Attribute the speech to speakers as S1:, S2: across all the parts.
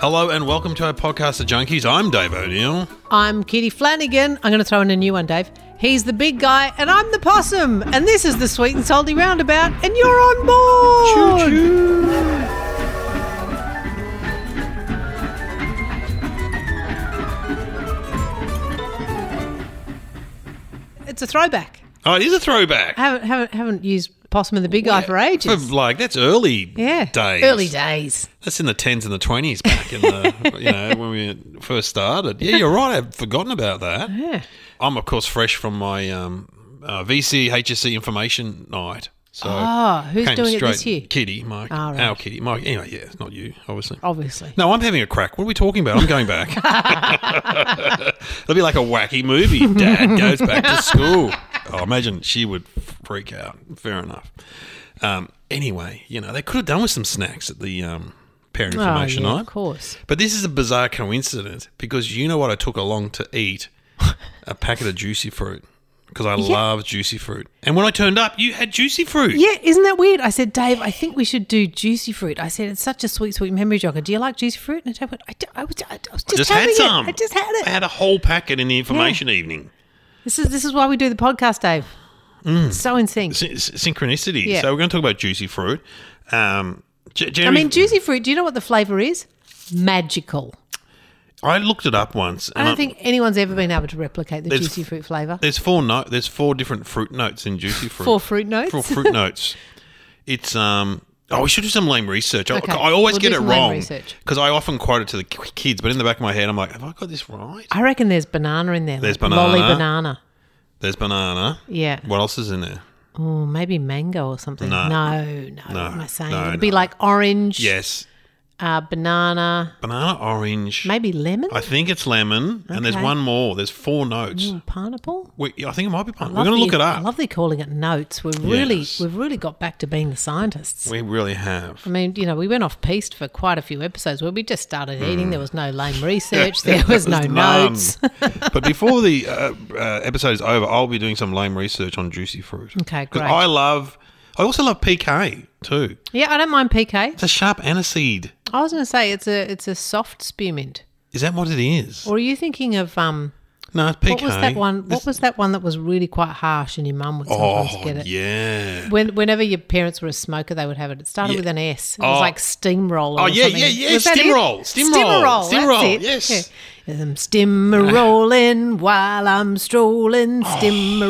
S1: Hello and welcome to our podcast, The Junkies. I'm Dave O'Neill.
S2: I'm Kitty Flanagan. I'm going to throw in a new one, Dave. He's the big guy, and I'm the possum. And this is the sweet and salty roundabout, and you're on board. It's a throwback.
S1: Oh, it is a throwback.
S2: I haven't haven't haven't used possum and the big guy for ages.
S1: For, like that's early
S2: yeah,
S1: days.
S2: early days.
S1: That's in the tens and the twenties back in the you know when we first started. Yeah, you're right. I've forgotten about that.
S2: Yeah.
S1: I'm of course fresh from my um, uh, VC HSC information night. So
S2: Oh, who's
S1: came
S2: doing it
S1: straight-
S2: this year?
S1: Kitty, Mike,
S2: Ah, right.
S1: our Kitty, Mike. Anyway, yeah, not you, obviously.
S2: Obviously.
S1: No, I'm having a crack. What are we talking about? I'm going back. It'll be like a wacky movie. Dad goes back to school. Oh, imagine she would freak out. Fair enough. Um, anyway, you know, they could have done with some snacks at the um, parent information
S2: oh, yeah,
S1: night.
S2: of course.
S1: But this is a bizarre coincidence because you know what I took along to eat? a packet of juicy fruit because I love juicy fruit. And when I turned up, you had juicy fruit.
S2: Yeah, isn't that weird? I said, Dave, I think we should do juicy fruit. I said, it's such a sweet, sweet memory jogger. Do you like juicy fruit? And Dave went, I, do- I, was, I was just,
S1: Just
S2: having
S1: had some.
S2: it. I just had it.
S1: I had a whole packet in the information evening.
S2: This is this is why we do the podcast, Dave.
S1: Mm.
S2: So in sync.
S1: Syn- syn- synchronicity.
S2: Yeah.
S1: So we're going to talk about juicy fruit. Um, J- Jeremy,
S2: I mean, juicy fruit. Do you know what the flavor is? Magical.
S1: I looked it up once.
S2: I
S1: and
S2: don't think anyone's ever been able to replicate the
S1: There's-
S2: juicy fruit flavor.
S1: there's four no- There's four different fruit notes in juicy fruit.
S2: Four fruit notes.
S1: Four fruit notes. It's um. Oh, we should do some lame research. I,
S2: Okay.
S1: I always
S2: We'll
S1: get
S2: do
S1: it
S2: some lame
S1: wrong
S2: research.
S1: because I often quote it to the k- kids, but in the back of my head, I'm like, have I got this right?
S2: I reckon there's banana in there.
S1: There's
S2: like Lolly
S1: banana.
S2: banana.
S1: There's banana.
S2: Yeah.
S1: What else is in there?
S2: Oh, maybe mango or something.
S1: No.
S2: No, no. what am I saying?
S1: no,
S2: It'd be like orange,
S1: Yes,
S2: uh, banana,
S1: banana, orange.
S2: maybe lemon,
S1: I think it's lemon, and there's
S2: Okay.
S1: one more. There's four notes.
S2: Ooh, pineapple.
S1: We, I think it might be pine.
S2: I
S1: We're
S2: love
S1: going to
S2: that
S1: look
S2: you-
S1: it
S2: I
S1: up.
S2: love they're calling it notes. We've really
S1: Yes.
S2: we've really got back to being the scientists.
S1: We really have.
S2: I mean, you know, we went off piste for quite a few episodes where we just started eating. There was no lame research. There was no
S1: There's Hmm. none.
S2: notes.
S1: but before the uh, uh, episode is over, I'll be doing some lame research on juicy fruit.
S2: Okay,
S1: 'Cause
S2: great.
S1: I love. I also love PK too.
S2: yeah, I don't mind PK.
S1: It's a sharp aniseed.
S2: I was going to say it's a it's a soft spearmint.
S1: Is that what it is?
S2: Or are you thinking of um?
S1: No, it's PK.
S2: What was that one?
S1: This-
S2: What was that one that was really quite harsh and your mum would sometimes
S1: oh
S2: get it?
S1: yeah.
S2: When, whenever your parents were a smoker, they would have it. It started
S1: Yeah.
S2: with an S. It was
S1: Oh.
S2: like steamroller.
S1: Oh,
S2: or
S1: yeah,
S2: something.
S1: yeah, yeah,
S2: Was that it?
S1: steamroll, steamroll,
S2: steamroll.
S1: steamroll,
S2: That's it.
S1: yes.
S2: Yeah. I'm steamrolling while I'm strolling.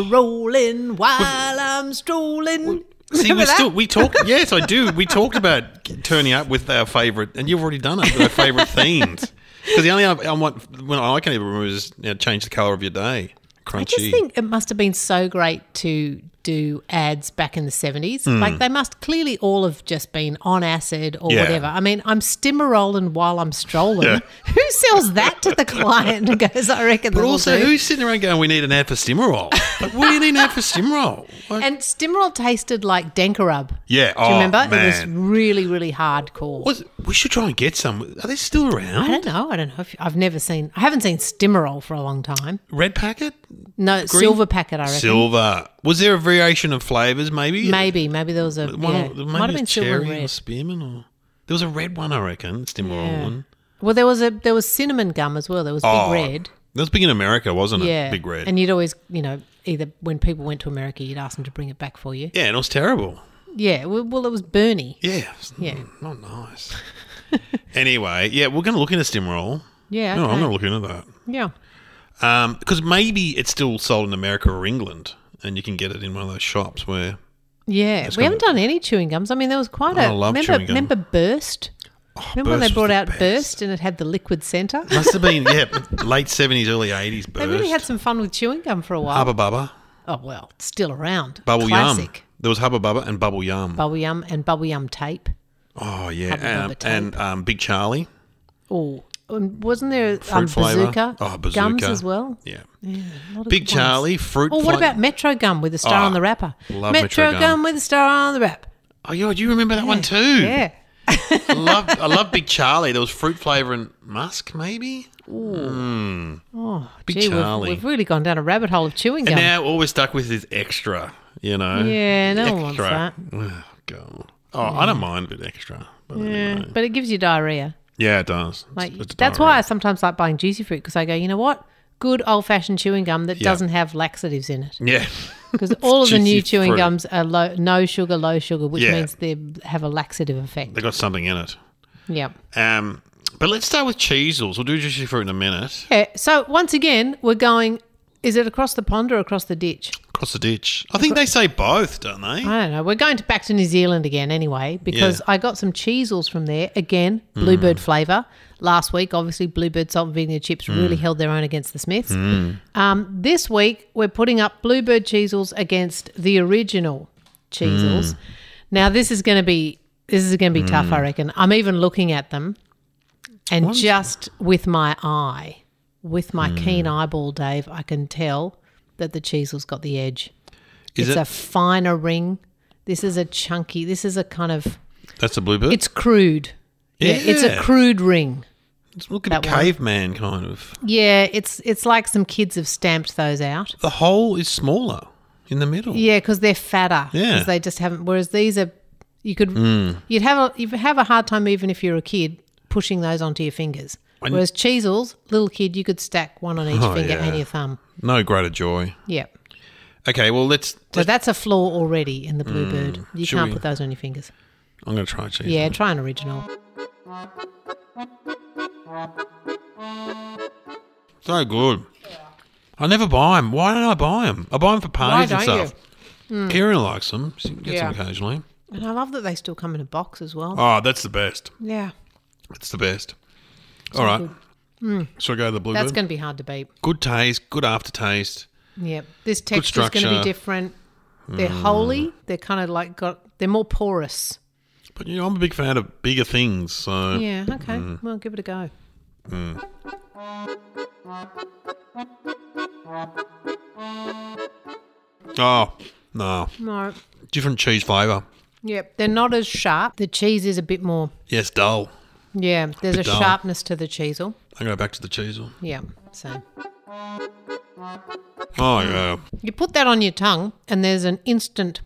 S2: Steamrolling while I'm strolling.
S1: See,
S2: Remember
S1: we
S2: that?
S1: still we talked. Yes, I do. We talked about turning up with our favorite, and you've already done it. with Our favorite themes. Because the only other- I want when I can even remember is you know, change the color of your day. Crunchy.
S2: I just think it must have been so great to do ads back in the 70s.
S1: Hmm.
S2: Like they must clearly all have just been on acid or
S1: Yeah.
S2: whatever. I mean, I'm stimmerolling while I'm strolling.
S1: Yeah.
S2: Who sells that to the client and goes, I reckon
S1: But
S2: that'll
S1: also,
S2: do."
S1: who's sitting around going, "We need an ad for Stimmerol"? like, what do you need an ad for Stimmerol? What?
S2: And Stimmerol tasted like Denkerub.
S1: yeah, Oh,
S2: Do you remember?
S1: Man.
S2: It was really, really hardcore.
S1: Was- we should try and get some. Are they still
S2: I
S1: around?
S2: don't know. I don't know. If, I've never seen. I haven't seen Stimmerol for a long time.
S1: Red packet,
S2: No, silver packet. I reckon.
S1: silver. Was there a variation of flavors? Maybe
S2: Maybe, maybe there was a.
S1: One,
S2: yeah.
S1: maybe
S2: Might have been silver
S1: cherry
S2: and
S1: or
S2: red.
S1: spearmint, or there was a red one. I reckon Stimmerol
S2: Yeah.
S1: one.
S2: Well, there was a there was cinnamon gum as well. There was big
S1: Oh,
S2: red.
S1: That was big in America, wasn't it?
S2: Yeah,
S1: Big red.
S2: And you'd always, you know, either when people went to America, you'd ask them to bring it back for you.
S1: yeah, and it was terrible.
S2: Yeah. Well, well it was Bernie.
S1: Yeah. it was
S2: Yeah.
S1: n- Not nice. anyway, yeah, we're going to look into Stimroll.
S2: Yeah.
S1: No, I'm
S2: okay.
S1: going to look into that.
S2: Yeah.
S1: Because Um, maybe it's still sold in America or England, and you can get it in one of those shops where.
S2: Yeah, we haven't done any chewing gums. I mean, there was quite
S1: I
S2: a
S1: love
S2: remember.
S1: chewing gum.
S2: Remember burst. remember
S1: oh,
S2: when
S1: Burst
S2: they
S1: was
S2: brought
S1: the
S2: out
S1: best.
S2: burst and it had the liquid center?
S1: Must have been, yeah, late 70s, early 80s. Burst.
S2: They really had some fun with chewing gum for a while.
S1: Hubba Bubba,
S2: Oh well, it's still around.
S1: Bubble
S2: Classic.
S1: Yum. There was Hubba Bubba and Bubble Yum.
S2: Bubble yum and bubble yum tape.
S1: oh, yeah.
S2: Hubba
S1: And,
S2: Bubba tape.
S1: and um, Big Charlie.
S2: Oh, and wasn't there um,
S1: flavour.
S2: bazooka,
S1: Oh,
S2: gums
S1: bazooka.
S2: as well?
S1: Yeah.
S2: Yeah, a lot of
S1: Big
S2: good ones.
S1: Charlie, fruit.
S2: Or what
S1: fla-
S2: about Metro gum with a star
S1: Oh,
S2: on the wrapper?
S1: love Metro
S2: Metro
S1: gum.
S2: gum. with a star on the wrap.
S1: Oh, yeah, do you remember that one too?
S2: Yeah.
S1: I love, I love Big Charlie. There was fruit flavour and musk, maybe.
S2: Oh,
S1: Big
S2: gee, we've-
S1: Charlie.
S2: We've, really gone down a rabbit hole of chewing
S1: And
S2: gum.
S1: now all we're stuck with is extra, you know?
S2: Yeah, no one wants that.
S1: Oh, God. Oh, I don't mind a bit extra. But yeah.
S2: yeah, but it gives you diarrhea.
S1: yeah, it does. It's-
S2: Like
S1: it's
S2: that's
S1: diarrhea.
S2: why I sometimes like buying juicy fruit because I go, you know what? Good old fashioned chewing gum that doesn't have laxatives in it.
S1: Yeah.
S2: Because all of the
S1: juicy
S2: new chewing
S1: fruit.
S2: gums are low, no sugar, low sugar, which
S1: Yeah.
S2: means they have a laxative effect.
S1: they got something in it.
S2: Yep.
S1: Um, But let's start with cheesels. We'll do juicy fruit in a minute.
S2: Okay, so once again, we're going. Is it across the pond or across the ditch?
S1: Across the ditch. I think they say both, don't they?
S2: I don't know. We're going to back to New Zealand again anyway because I got some cheesels from there again, bluebird flavour. Last week, obviously, bluebird salt and vinegar chips really held their own against the Smiths. Um, this week, we're putting up bluebird cheesels against the original cheesels. Now, this is going to be this is going to be tough, I reckon. I'm even looking at them, and just with my eye, with my keen eyeball, Dave, I can tell that the cheesels got the edge
S1: Is
S2: it's
S1: it?
S2: a finer ring. This is a chunky. This is a kind of.
S1: That's a bluebird.
S2: It's crude. Yeah, it's a
S1: Yeah.
S2: crude ring.
S1: It's look at a
S2: that one.
S1: caveman kind of.
S2: Yeah, it's it's like some kids have stamped those out.
S1: The hole is smaller in the middle.
S2: Yeah, because they're fatter. 'cause
S1: Yeah. Mm.
S2: they just haven't. Whereas these are, you could you'd have a you have a hard time even if you're a kid pushing those onto your fingers.
S1: When-
S2: Whereas cheesels, little kid, you could stack one on each
S1: Oh,
S2: finger
S1: yeah.
S2: and your thumb.
S1: No greater joy.
S2: Yep.
S1: Okay, well, let's.
S2: So that's a flaw already in the bluebird. you
S1: Mm. should
S2: can't
S1: we-
S2: put those on your fingers.
S1: I'm going to try cheese.
S2: Yeah, try an original.
S1: So good. I never buy them. Why don't I buy them? I buy them for parties and
S2: don't you? Hmm.
S1: stuff. Kieran likes them. She gets
S2: Yeah.
S1: them occasionally.
S2: And I love that they still come in a box as well.
S1: Oh, that's the best.
S2: Yeah.
S1: It's the best. All right. Should I go to the bluebird?
S2: That's going to be hard to beat.
S1: good taste, good aftertaste.
S2: Yeah. This texture's going to
S1: structure. Mm.
S2: be different. They're holy. They're kind of like got, they're more porous.
S1: But, you know, I'm a big fan of bigger things. So,
S2: Yeah. Okay.
S1: Mm.
S2: Well, give it a go.
S1: oh, no.
S2: No.
S1: Different cheese flavour.
S2: Yep. They're not as sharp. The cheese is a bit more,
S1: Yes, dull.
S2: yeah. There's a,
S1: dull.
S2: sharpness to the cheesel.
S1: I go back to the cheesel.
S2: Yeah. So
S1: Oh,
S2: Hmm.
S1: yeah.
S2: you put that on your tongue and there's an instant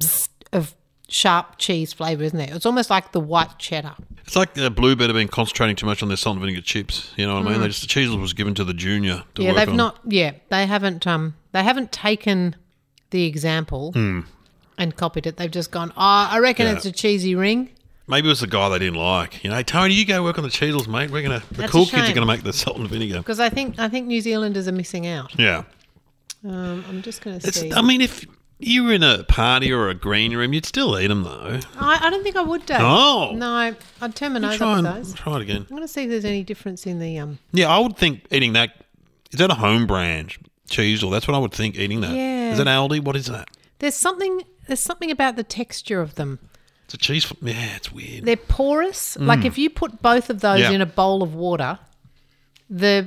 S2: bzzzt of sharp cheese flavour, isn't there? It's almost like the white cheddar.
S1: It's like the Bluebird have been concentrating too much on their salt and vinegar chips. You know what I mean? They just the cheesel was given to the junior. To
S2: Hmm. yeah
S1: work
S2: they've
S1: on.
S2: not yeah they haven't um they haven't taken the example and copied it they've just gone oh i reckon
S1: Hmm. Yeah.
S2: it's a cheesy ring
S1: Maybe it was the guy they didn't like. You know, "Hey, Tony, you go work on the cheesels, mate. We're gonna the
S2: That's a
S1: cool kids are
S2: shame.
S1: gonna make the salt and vinegar.
S2: because i think i think new zealanders are missing out
S1: Yeah,
S2: um, i'm just going to
S1: it's.
S2: see
S1: I mean, if you were in a party or a green room, you'd still eat them though.
S2: I, I don't think i would Dave.
S1: No.
S2: no i'd turn my nose
S1: Try
S2: up
S1: and
S2: at those
S1: try it again.
S2: i'm going to see if there's any difference in the um
S1: Yeah, I would think eating that. Is that a home brand cheesel? That's what I would think eating that. Is
S2: Yeah.
S1: that Aldi? What is that?
S2: There's something there's something about the texture of them.
S1: It's a cheese. f- Yeah, it's weird.
S2: They're porous. Like if you put both of those
S1: Hmm. Yeah.
S2: in a bowl of water, the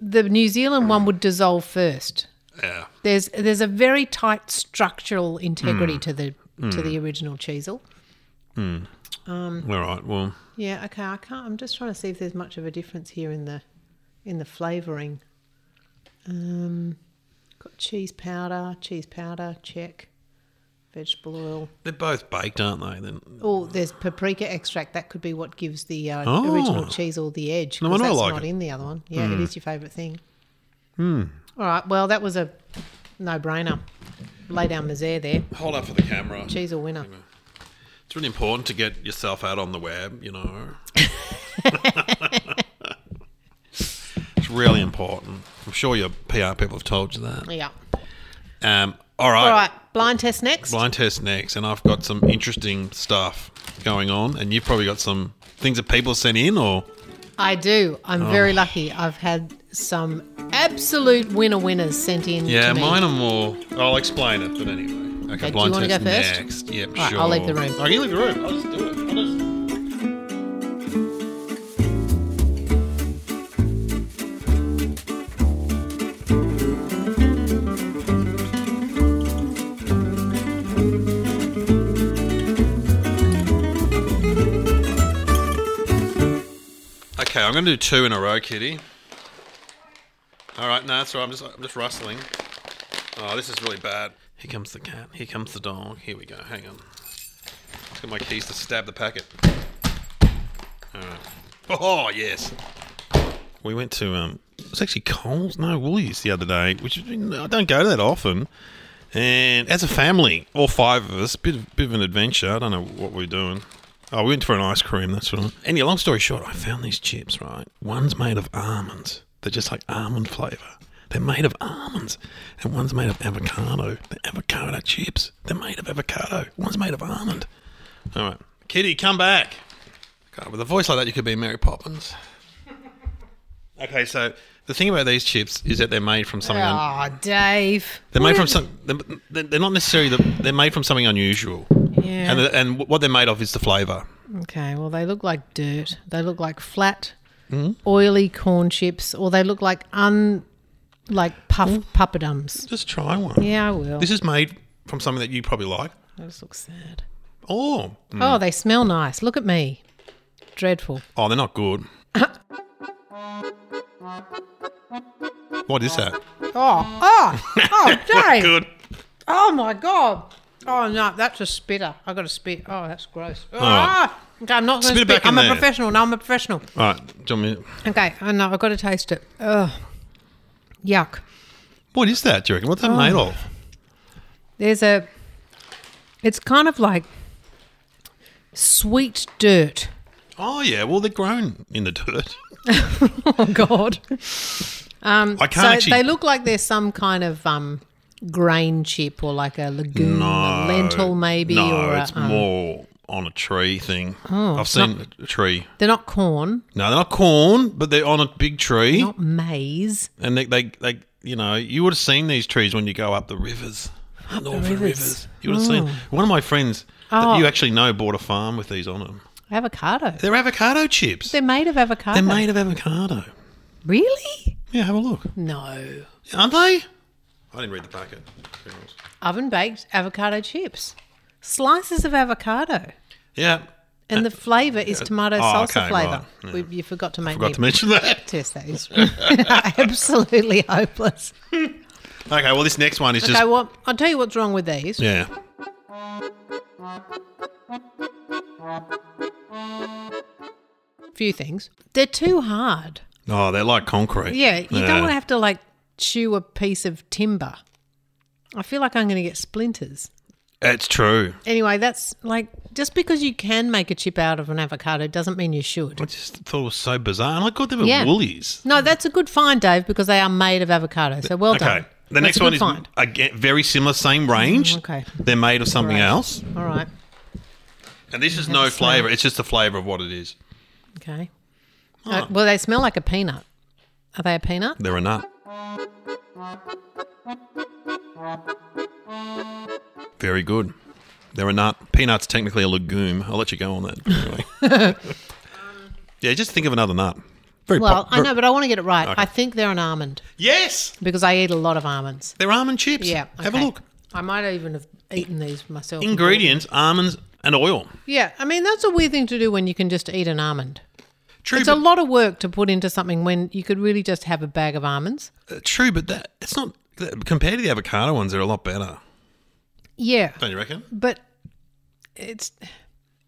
S2: the New Zealand one would dissolve first.
S1: yeah.
S2: There's there's a very tight structural integrity
S1: Mm.
S2: to the to the original cheesel.
S1: All right. Well,
S2: Yeah, okay. I can't. I'm just trying to see if there's much of a difference here in the in the flavouring. Um, got cheese powder, cheese powder, check, vegetable oil.
S1: they're both baked, aren't they? Then
S2: Oh, there's paprika extract. That could be what gives the uh,
S1: Oh.
S2: original cheese all the edge.
S1: No
S2: 'cause
S1: wonder I
S2: that's
S1: like it.
S2: not
S1: Mm. Hmm.
S2: in the other one. Yeah, it is your favourite thing. All right. Well, that was a no-brainer. Lay down Mazaire there.
S1: hold up for the camera.
S2: Cheese all winner.
S1: It's really important to get yourself out on the web. You know, it's really important. I'm sure your PR people have told you that.
S2: Yeah.
S1: Um. All right.
S2: All right. Blind test next.
S1: Blind test next, and I've got some interesting stuff going on, and you've probably got some things that people sent in, or
S2: I do.
S1: Oh.
S2: I'm very lucky. I've had some absolute winner winners sent in.
S1: yeah,
S2: to me.
S1: mine are more. I'll explain it, but anyway.
S2: Okay, do you wanna go first?
S1: next. Yep,
S2: All right,
S1: sure.
S2: I'll leave the room.
S1: I can leave the room. I'll just do it. I'll just- Okay, I'm going to do two in a row, Kitty. All right, no, that's all right. I'm just, I'm just rustling. Oh, this is really bad. Here comes the cat. Here comes the dog. Here we go. Hang on. Let's get my keys to stab the packet. All right. Oh yes. We went to um. It was actually Coles, no Woolies, the other day, which is- I don't go that often. And as a family, all five of us, bit of, bit of an adventure. I don't know what we're doing. Oh, we went for an ice cream. That's right. Anyway, long story short, I found these chips. Right, one's made of almonds. They're just like almond flavour. They're made of almonds, and one's made of avocado. They're avocado chips. They're made of avocado. One's made of almond. All right, Kitty, come back. God, with a voice like that, you could be Mary Poppins. Okay, so the thing about these chips is that they're made from something. un-
S2: Oh, Dave.
S1: they're
S2: What
S1: made from
S2: is-
S1: some. they're- They're not necessarily. The, they're made from something unusual,
S2: Yeah.
S1: and the, and what they're made of is the flavour.
S2: okay. Well, they look like dirt. They look like flat,
S1: Hmm?
S2: oily corn chips, or they look like un, like puff puppetums.
S1: Just try one.
S2: Yeah, I will.
S1: Hmm? This is made from something that you probably like.
S2: that just looks sad.
S1: Oh,
S2: Oh, they smell nice. Look at me. Dreadful.
S1: oh, they're not good. what is that?
S2: Oh, oh, oh, Dave.
S1: Good.
S2: Oh my god. Oh no, that's a spitter. I got to spit. Oh, that's gross. Ah! Okay, I'm not going to
S1: Spit
S2: spit.
S1: it back in
S2: I'm
S1: there.
S2: a professional. No, I'm a professional.
S1: All right, do you want me-
S2: Okay, I know. I've got to taste it. Ugh. Yuck.
S1: What is that? Do you reckon? What's that
S2: Oh.
S1: made of?
S2: There's a. It's kind of like sweet dirt.
S1: Oh yeah, well they're grown in the dirt.
S2: Oh God. Um,
S1: I can't
S2: so
S1: actually-
S2: they look like they're some kind of um, grain chip or like a legume, a lentil maybe.
S1: No,
S2: or a,
S1: it's
S2: um,
S1: more on a tree thing. I've seen a tree.
S2: They're not corn,
S1: No, they're not corn, but they're on a big tree,
S2: not maize.
S1: and they, they, they, you know, you would have seen these trees when you go up the rivers, northern
S2: rivers.
S1: You would have seen one of my friends
S2: Oh.
S1: that you actually know bought a farm with these on them.
S2: Avocado.
S1: They're avocado chips. They're,
S2: They're made of avocado.
S1: made of avocado.
S2: Really?
S1: Yeah, have a look.
S2: No.
S1: Aren't they? I didn't read the packet.
S2: Oven baked avocado chips. Slices of avocado.
S1: Yeah,
S2: And the flavour is tomato
S1: oh,
S2: salsa
S1: okay,
S2: flavour.
S1: right.
S2: We, you forgot to make
S1: forgot
S2: me
S1: to mention that.
S2: test that. It's absolutely hopeless.
S1: Okay, well this next one is just
S2: okay, well, I'll tell you what's wrong with these.
S1: Yeah.
S2: few things. They're too hard.
S1: Oh, they're like concrete.
S2: Yeah, you don't want to have to like chew a piece of timber. I feel like I'm going to get splinters.
S1: It's true.
S2: Anyway, that's like just because you can make a chip out of an avocado doesn't mean you should.
S1: I just thought it was so bizarre, and I got them at
S2: Yeah.
S1: Woolies.
S2: No, that's a good find, Dave, because they are made of avocado. So well
S1: Okay,
S2: done.
S1: the
S2: That's
S1: next
S2: a good
S1: one is
S2: find. Mm,
S1: again very similar, same range.
S2: okay.
S1: they're made of something
S2: Right.
S1: else,
S2: All right.
S1: and this is no
S2: the smell.
S1: flavour. It's just the flavour of what it is.
S2: Okay.
S1: Ah.
S2: Uh, well, they smell like a peanut. Are they a peanut?
S1: They're a nut. Very good. They're a nut. Peanut's technically a legume. I'll let you go on that. Anyway. yeah, just think of another nut. Very
S2: Well,
S1: pop-
S2: I know, but I want to get it right.
S1: Okay.
S2: I think they're an almond
S1: Yes,
S2: because I eat a lot of almonds.
S1: they're almond chips.
S2: Yeah.
S1: Have a
S2: okay.
S1: look.
S2: I might even have eaten these myself.
S1: Ingredients: almonds and oil.
S2: Yeah. I mean, that's a weird thing to do when you can just eat an almond.
S1: True,
S2: It's a
S1: but,
S2: lot of work to put into something when you could really just have a bag of almonds.
S1: uh, true, but that it's not that- compared to the avocado ones. They're a lot better.
S2: Yeah.
S1: Don't you reckon?
S2: But it's.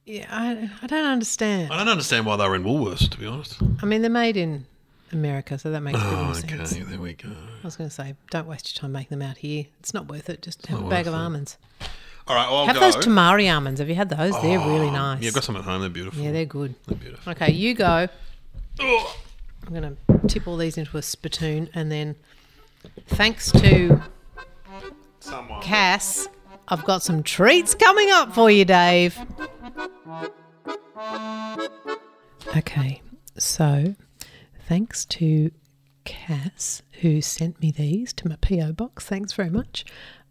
S2: Yeah, I, I don't understand.
S1: I don't understand why they were in Woolworths. To be honest.
S2: I mean, they're made in America, so that makes good more
S1: Oh, okay,
S2: sense.
S1: there we go.
S2: I was going to say, don't waste your time making them out here. It's not worth it. Just have a bag of almonds.
S1: All right, well, I'll
S2: Have
S1: go.
S2: those tamari almonds. Have you had those? They're really nice.
S1: yeah, I've got some at home. They're beautiful.
S2: yeah, they're good.
S1: They're beautiful.
S2: Okay, you go.
S1: Oh,
S2: I'm going to tip all these into a spittoon and then, thanks to
S1: someone.
S2: Cass, I've got some treats coming up for you, Dave. Okay, so thanks to Cass, who sent me these to my P.O. box. Thanks very much.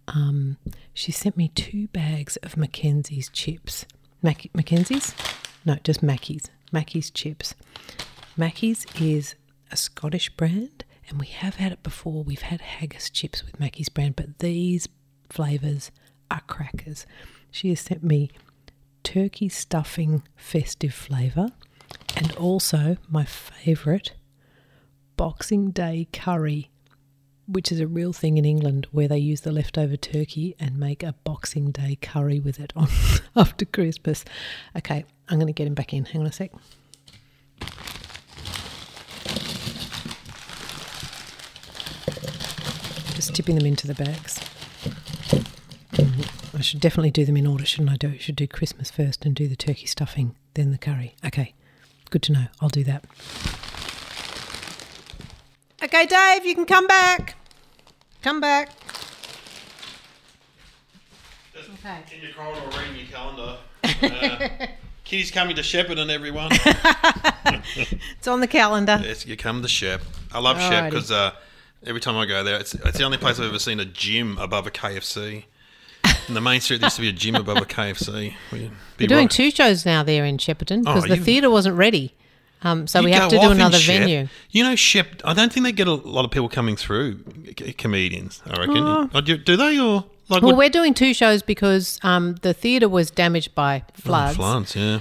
S2: Um, she sent me two bags of Mackenzie's chips. Mac- Mackenzie's? No, just Mackey's. Mackey's chips. Mackey's is a Scottish brand, and we have had it before. We've had haggis chips with Mackey's brand, but these flavours are crackers. She has sent me turkey stuffing festive flavour, and also my favourite Boxing Day curry, which is a real thing in England where they use the leftover turkey and make a Boxing Day curry with it on after Christmas. Okay, I'm going to get him back in. Hang on a sec. Just tipping them into the bags. Mm-hmm. I should definitely do them in order, shouldn't I? Do I should do Christmas first and do the turkey stuffing, then the curry. Okay, good to know. I'll do that. Okay, Dave, you can come back. Come back. Okay.
S1: In your corridor, reading your calendar. Uh, Kitty's coming to Shepparton, everyone.
S2: It's on the calendar.
S1: yes, you come to Shep. I love
S2: Alrighty.
S1: Shep because uh, every time I go there, it's, it's the only place I've ever seen a gym above a KFC. In the main street, there used to be a gym above a KFC. We're
S2: We're doing two shows now there in Shepparton because
S1: Oh,
S2: the
S1: you-
S2: theatre wasn't ready. Um, so we have to do another venue.
S1: You know, Shep, I don't think they get a lot of people coming through, c- comedians, I reckon. Oh, do, do they? Or like
S2: Well,
S1: what-
S2: we're doing two shows because um, the theatre was damaged by floods.
S1: Oh, Floods, yeah.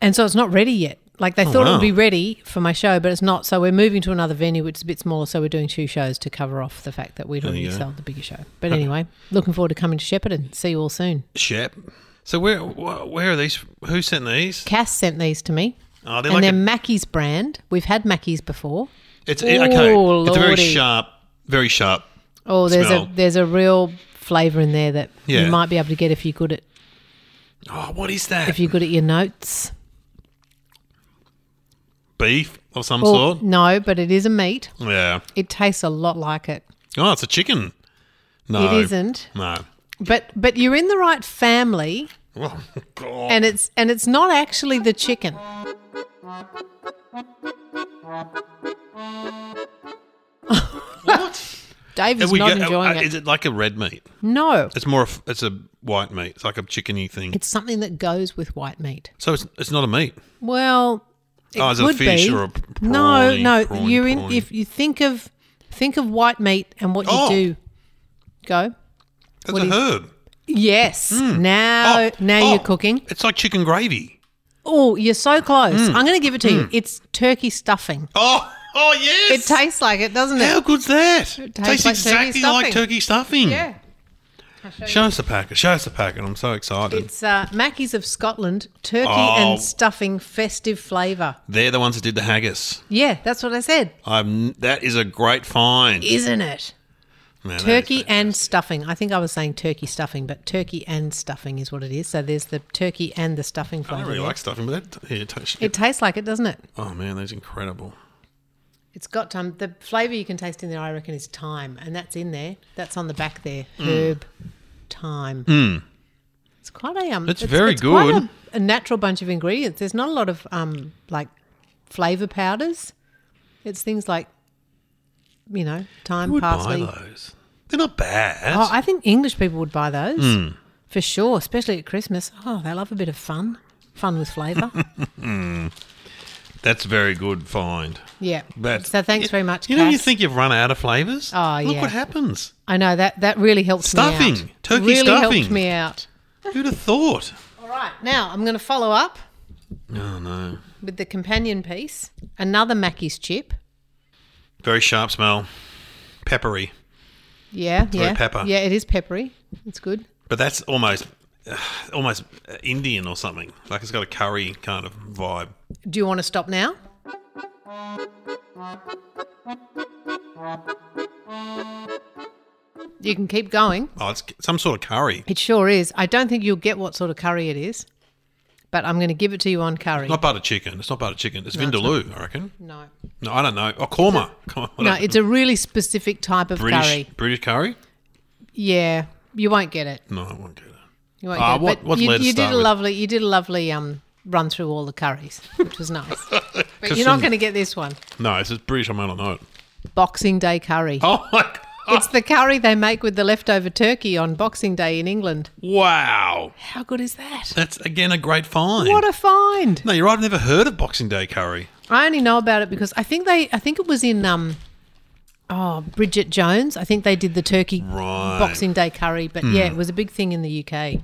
S2: And so it's not ready yet. Like they thought it
S1: Oh, wow.
S2: would be ready for my show, but it's not. So we're moving to another venue, which is a bit smaller. So we're doing two shows to cover off the fact that we'd already
S1: you go.
S2: sold the bigger show. But anyway, looking forward to coming to Shepparton. See you all soon.
S1: Shep. So where wh- where are these? Who sent these?
S2: Cass sent these to me.
S1: Oh, they're
S2: and
S1: like
S2: they're
S1: a-
S2: Mackey's brand. We've had Mackey's before.
S1: It's e, okay.
S2: Ooh,
S1: It's a very
S2: lordy.
S1: sharp, very sharp.
S2: Oh, there's
S1: Smell.
S2: a there's a real flavour in there that
S1: Yeah.
S2: you might be able to get if you're good at
S1: Oh, what is that?
S2: if you're good at your notes.
S1: Beef of some
S2: Well,
S1: sort.
S2: no, but it is a meat.
S1: Yeah.
S2: It tastes a lot like it.
S1: Oh, it's a chicken. No,
S2: It isn't.
S1: No.
S2: But but you're in the right family.
S1: Oh, God.
S2: and it's and it's not actually the chicken.
S1: what?
S2: Dave
S1: Have
S2: is
S1: we
S2: not
S1: got-
S2: enjoying
S1: uh,
S2: it.
S1: Is it like a red meat?
S2: No,
S1: It's more. Of, it's a white meat. It's like a chickeny thing.
S2: it's something that goes with white meat.
S1: so it's, it's not a meat.
S2: Well, it
S1: Oh, is it a
S2: could
S1: fish
S2: be.
S1: or a p-
S2: no,
S1: prawn,
S2: no.
S1: prawn,
S2: you're in.
S1: prawn?
S2: If you think of think of white meat and what you
S1: Oh.
S2: do, go.
S1: It's
S2: What
S1: a
S2: is-
S1: herb.
S2: Yes. Now,
S1: Oh,
S2: now
S1: oh,
S2: you're cooking.
S1: It's like chicken gravy.
S2: Oh, you're so close.
S1: Hmm.
S2: I'm going to give it to you. It's turkey stuffing.
S1: Oh, oh
S2: It
S1: yes.
S2: tastes like it, doesn't it?
S1: How good's that? It
S2: tastes
S1: tastes,
S2: like turkey
S1: exactly like
S2: stuffing.
S1: turkey stuffing.
S2: Yeah.
S1: Show us the packet. Show us the packet. I'm so excited.
S2: It's uh, Mackey's of Scotland, turkey
S1: Oh.
S2: and stuffing festive flavour.
S1: They're the ones that did the haggis.
S2: Yeah, that's what I said.
S1: I'm, that is a great find.
S2: Isn't it?
S1: Man, that is
S2: Turkey and stuffing. I think I was saying turkey stuffing, but turkey and stuffing is what it is. So there's the turkey and the stuffing
S1: I don't
S2: flavour.
S1: really
S2: there.
S1: like stuffing, but that, here, touch
S2: It tastes like it, doesn't it?
S1: Oh man, that's incredible.
S2: It's got um, the flavour you can taste in there, I reckon, is thyme. And that's in there. That's on the back there.
S1: Mm.
S2: Herb, thyme. It's quite a. Um,
S1: It's Mm. very
S2: quite
S1: good.
S2: a, a natural bunch of ingredients. There's not a lot of um, like flavour powders. It's things like, you know, thyme,
S1: Who would
S2: parsley.
S1: buy those? There They're not bad.
S2: Oh, I think English people would buy those
S1: Mm.
S2: for sure, especially at Christmas. Oh, they love a bit of fun, fun with flavour.
S1: That's a very good find.
S2: yeah.
S1: That's,
S2: so thanks
S1: you-
S2: very much.
S1: You know, you
S2: Cass.
S1: think you've run out of flavors.
S2: Oh,
S1: Look
S2: yeah.
S1: what happens.
S2: I know that that really helps me
S1: Stuffing.
S2: out.
S1: Turkey
S2: really helped
S1: stuffing.
S2: me out.
S1: Who'd have thought?
S2: All right, now I'm going to follow up
S1: Oh no.
S2: with the companion piece, another Mackey's chip.
S1: Very sharp smell, peppery.
S2: Yeah, yeah,
S1: very pepper.
S2: yeah. It is peppery. It's good.
S1: But that's almost, uh, almost uh, Indian or something. Like it's got a curry kind of vibe.
S2: Do you want to stop now? You can keep going.
S1: Oh, it's some sort of curry.
S2: It sure is. I don't think you'll get what sort of curry it is, but I'm going to give it to you on curry.
S1: Not butter chicken. It's not butter chicken. It's vindaloo, I reckon.
S2: no,
S1: No, I don't know. Oh, korma. Come on.
S2: no,
S1: whatever.
S2: it's a really specific type of
S1: British
S2: curry.
S1: British curry.
S2: Yeah, you won't get it.
S1: No, I won't get it.
S2: You won't
S1: Ah,
S2: get it.
S1: what-
S2: but
S1: what's
S2: you,
S1: lettuce
S2: you did
S1: start
S2: a
S1: with?
S2: lovely, you did a lovely um, run through all the curries, which was nice. but
S1: Just
S2: you're not
S1: some-
S2: going to get this one.
S1: No, it's just British. I might not know it.
S2: Boxing Day curry.
S1: Oh my god!
S2: It's the curry they make with the leftover turkey on Boxing Day in England.
S1: Wow,
S2: How good is that?
S1: that's again a great find.
S2: What a find!
S1: no, you're right. I've never heard of Boxing Day curry.
S2: I only know about it because I think they, I think it was in, um, oh, Bridget Jones. I think they did the turkey
S1: Right. Hmm.
S2: Boxing Day curry, but yeah, it was a big thing in the UK.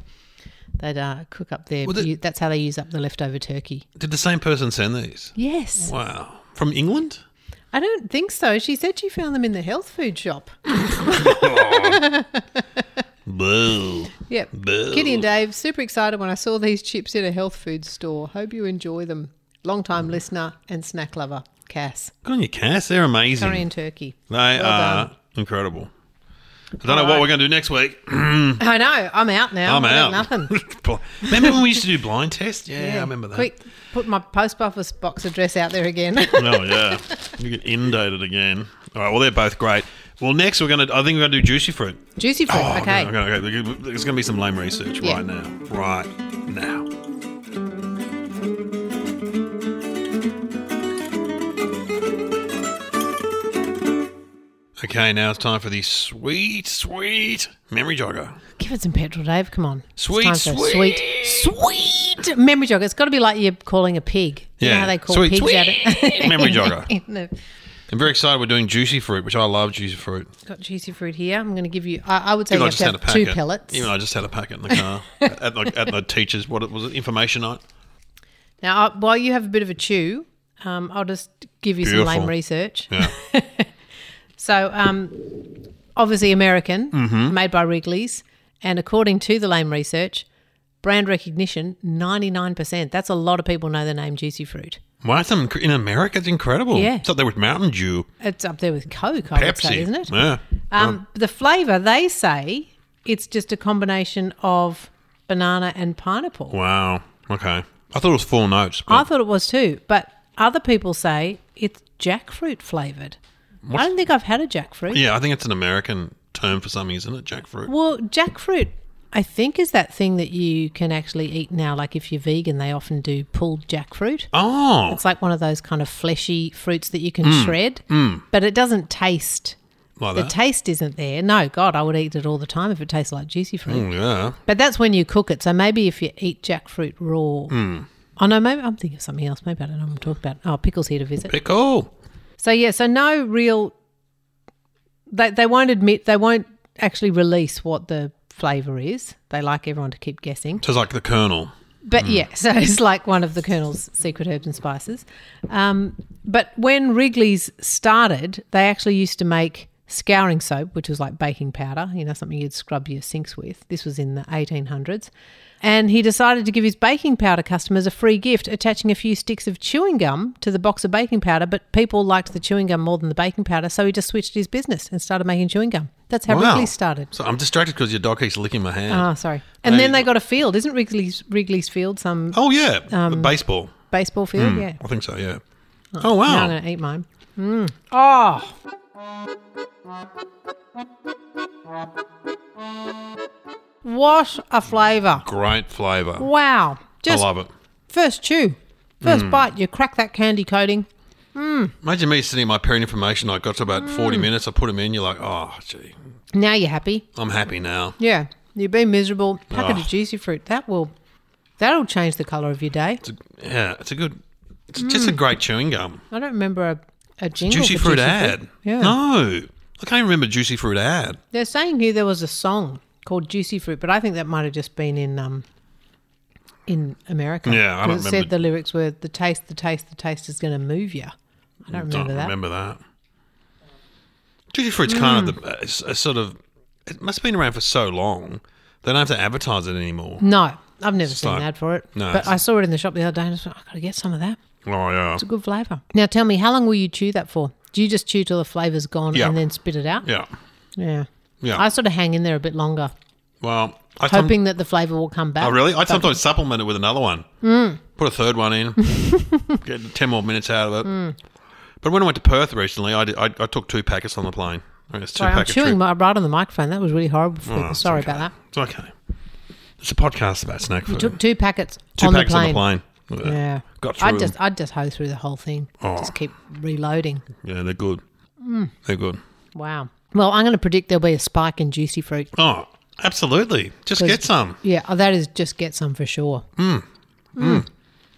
S2: They'd uh, cook up their.
S1: Well, the-
S2: u- that's how they use up the leftover turkey.
S1: Did the same person send these?
S2: Yes,
S1: Wow, from England.
S2: I don't think so. She said she found them in the health food shop.
S1: Boo.
S2: Yep.
S1: Boo.
S2: Kitty and Dave, super excited when I saw these chips in a health food store. Hope you enjoy them. Long time listener and snack lover, Cass.
S1: Good on you, Cass. They're amazing.
S2: Curry and turkey.
S1: They
S2: Well
S1: are
S2: done.
S1: incredible. I don't know what we're going to do next week.
S2: I know. I'm out now.
S1: Mm. I'm
S2: I've
S1: out.
S2: got Nothing.
S1: remember when we used to do blind tests? Yeah, I remember that.
S2: Quick, put my post office box address out there again.
S1: Oh yeah, you get inundated again. All right. Well, they're both great. Well, next we're gonna. I think we're gonna do juicy fruit.
S2: Juicy fruit.
S1: Oh,
S2: okay.
S1: no, okay, okay. There's gonna be some lame research
S2: Yeah.
S1: right now. Right now. Okay, now it's time for the sweet, sweet memory jogger.
S2: Give it some petrol, Dave. Come on. It's
S1: Sweet,
S2: time for
S1: sweet.
S2: sweet, sweet memory jog. It's got to be like you're calling a pig. You know
S1: Yeah.
S2: how they call
S1: Sweet,
S2: pigs at
S1: sweet
S2: it.
S1: memory
S2: In the-
S1: jogger.
S2: in the-
S1: I'm very excited we're doing juicy fruit, which I love juicy fruit.
S2: got juicy fruit here. I'm going to give you. I, I would say
S1: Even
S2: you
S1: I
S2: have
S1: just
S2: to
S1: had a
S2: have two
S1: packet.
S2: pellets.
S1: Even I just had a packet in the car at, the, at the teacher's, what it was, it, information night?
S2: Now, uh, while you have a bit of a chew, um, I'll just give you some
S1: Beautiful.
S2: lame research.
S1: Yeah.
S2: So, um, obviously, American,
S1: Mm-hmm.
S2: made by Wrigley's, and according to the lame research, brand recognition ninety nine percent. That's a lot of people know the name Juicy Fruit.
S1: Wow, it's inc- in America, it's incredible.
S2: Yeah.
S1: It's up there with Mountain Dew,
S2: It's up there with Coke, I would
S1: Pepsi,
S2: say, isn't it?
S1: Yeah.
S2: Um, the flavour they say it's just a combination of banana and pineapple.
S1: Wow. Okay. I thought it was four notes.
S2: I
S1: But
S2: thought it was too, but other people say it's jackfruit flavoured. I don't think I've had a jackfruit.
S1: yeah, I think it's an American term for something, isn't it? Jackfruit.
S2: Well, jackfruit, I think, is that thing that you can actually eat now. Like if you're vegan, they often do pulled jackfruit.
S1: Oh,
S2: It's like one of those kind of fleshy fruits that you can shred, but it doesn't taste.
S1: like
S2: The
S1: that.
S2: taste isn't there. No, God, I would eat it all the time if it tasted like juicy fruit.
S1: Mm, yeah.
S2: But that's when you cook it. So maybe if you eat jackfruit raw. Oh, no, maybe I'm thinking of something else. Maybe I don't know what I'm talking about. Oh, Pickle's here to visit.
S1: Pickle.
S2: So yeah, so no real. They they won't admit they won't actually release what the flavour is. They like everyone to keep guessing.
S1: So it's like the kernel.
S2: But yeah, so it's like one of the Colonel's secret herbs and spices. Um, but when Wrigley's started, they actually used to make scouring soap, which was like baking powder, you know, something you'd scrub your sinks with. This was in the 1800s. And he decided to give his baking powder customers a free gift, attaching a few sticks of chewing gum to the box of baking powder. But people liked the chewing gum more than the baking powder, so he just switched his business and started making chewing gum. That's how Wrigley's started.
S1: So I'm distracted because your dog keeps licking my hand.
S2: Oh, sorry. And
S1: They-
S2: then they got a field. Isn't Wrigley's, Wrigley's field some
S1: oh, yeah. the
S2: um,
S1: baseball.
S2: baseball field? Yeah.
S1: I think so, yeah. Oh,
S2: Now
S1: wow.
S2: I'm going to eat mine. Oh. What a flavour.
S1: Great flavour.
S2: Wow. Just
S1: I love it. Hmm.
S2: first chew, first bite, you crack that candy coating.
S1: Imagine me sending my parent information. I got to about 40
S2: Mm.
S1: minutes. I put them in. You're like, oh, gee,
S2: Now you're happy.
S1: I'm happy now.
S2: Yeah. You've been miserable. Packet
S1: Oh.
S2: of juicy fruit. That will that'll change the colour of your day.
S1: It's a, yeah, it's a good, it's just
S2: Mm.
S1: a great chewing gum.
S2: I don't remember a, a jingle.
S1: Juicy
S2: for
S1: fruit
S2: Juicy
S1: ad.
S2: Fruit. Yeah.
S1: No, I can't remember juicy fruit ad.
S2: They're saying here there was a song called Juicy Fruit, but I think that might have just been in um in America.
S1: Yeah, I don't
S2: 'Cause
S1: remember-
S2: it said the lyrics were the taste, the taste, the taste is gonna move you. I don't remember
S1: Don't
S2: that.
S1: remember that. Juicy fruit's kind of the
S2: Hmm.
S1: uh, it's a sort of. It must have been around for so long. They don't have to advertise it anymore.
S2: No, I've never seen
S1: like-
S2: an ad for it.
S1: No,
S2: but
S1: it's-
S2: I saw it in the shop the other day and I thought, I've got to get some of that.
S1: Oh yeah,
S2: It's a good flavour. Now tell me, how long will you chew that for? Do you just chew till the flavour's gone
S1: Yeah.
S2: and then spit it out?
S1: yeah,
S2: Yeah.
S1: yeah.
S2: I sort of hang in there a bit longer,
S1: well, I some-
S2: hoping Hmm. that the flavour will come back.
S1: Oh, really? I sometimes supplement it with another one.
S2: Hmm.
S1: Put a third one in, get 10 more minutes out of it.
S2: Hmm.
S1: But when I went to Perth recently, I, did, I, I took two packets on the plane. I mean, It's two
S2: Sorry, I'm
S1: packet trip.
S2: chewing my, right on the microphone. That was really horrible for
S1: Oh,
S2: people.
S1: it's
S2: Sorry
S1: okay.
S2: about that.
S1: It's okay. It's a podcast about snack food.
S2: Took two packets
S1: two
S2: on,
S1: packets
S2: the
S1: on the
S2: plane.
S1: plane. Yeah.
S2: Yeah.
S1: Got through Oh.
S2: I'd
S1: them.
S2: just, I'd just hoe through the whole thing. Just keep reloading.
S1: Yeah, they're good.
S2: Mm.
S1: They're good.
S2: Wow. Well, I'm going to predict there'll be a spike in juicy fruit.
S1: Oh, absolutely. Just
S2: 'Cause-
S1: get some.
S2: Yeah, oh, that is just get some for sure. Mm.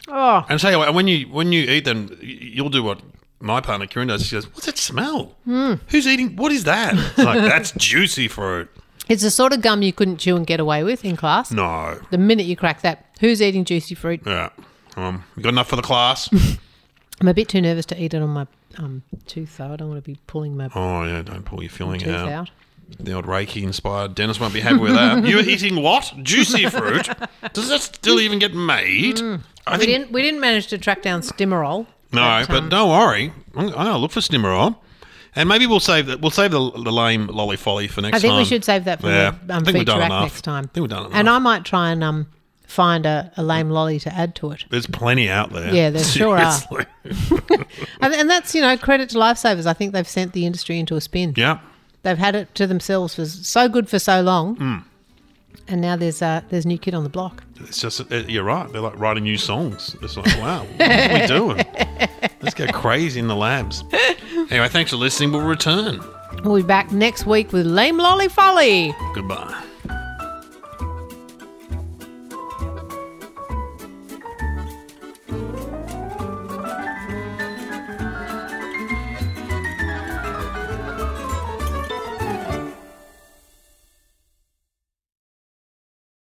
S2: Oh,
S1: And tell you what, when you when you eat them, y- you'll do what my partner Kieran does. She goes, "What's that smell?
S2: Mm.
S1: Who's eating? What is that?" It's like that's juicy fruit.
S2: it's the sort of gum you couldn't chew and get away with in class.
S1: No,
S2: The minute you crack that, who's eating juicy fruit?
S1: Yeah. Um, you got enough for the class?
S2: I'm a bit too nervous to eat it on my um, tooth, though. I don't want to be pulling my
S1: oh, yeah, don't pull your filling
S2: tooth
S1: out.
S2: out.
S1: The old Reiki inspired dentist won't be happy with that. you were eating what? Juicy fruit? Does that still even get made? I
S2: We
S1: think.
S2: didn't. We didn't manage to track down Stimmerol.
S1: No, but,
S2: um,
S1: don't worry. I'm, I'm going to look for Snimmerol. And maybe we'll save the, we'll save the, the lame lolly folly for next time.
S2: I think we should save that for
S1: Yeah,
S2: the
S1: I
S2: um,
S1: think we've
S2: feature
S1: done
S2: act
S1: enough.
S2: next time.
S1: I think we've done
S2: And
S1: enough.
S2: I might try and um, find a, a lame lolly to add to it.
S1: There's plenty out there.
S2: Yeah, there sure are.
S1: Seriously.
S2: And, and that's you know credit to lifesavers. I think they've sent the industry into a spin.
S1: yeah.
S2: They've had it to themselves for so good for so long, and now there's uh, there's new kid on the block.
S1: It's just, uh, you're right. They're like writing new songs. It's like, wow, what are we doing? Let's go crazy in the labs. Anyway, thanks for listening. We'll return.
S2: We'll be back next week with lame lolly folly.
S1: Goodbye.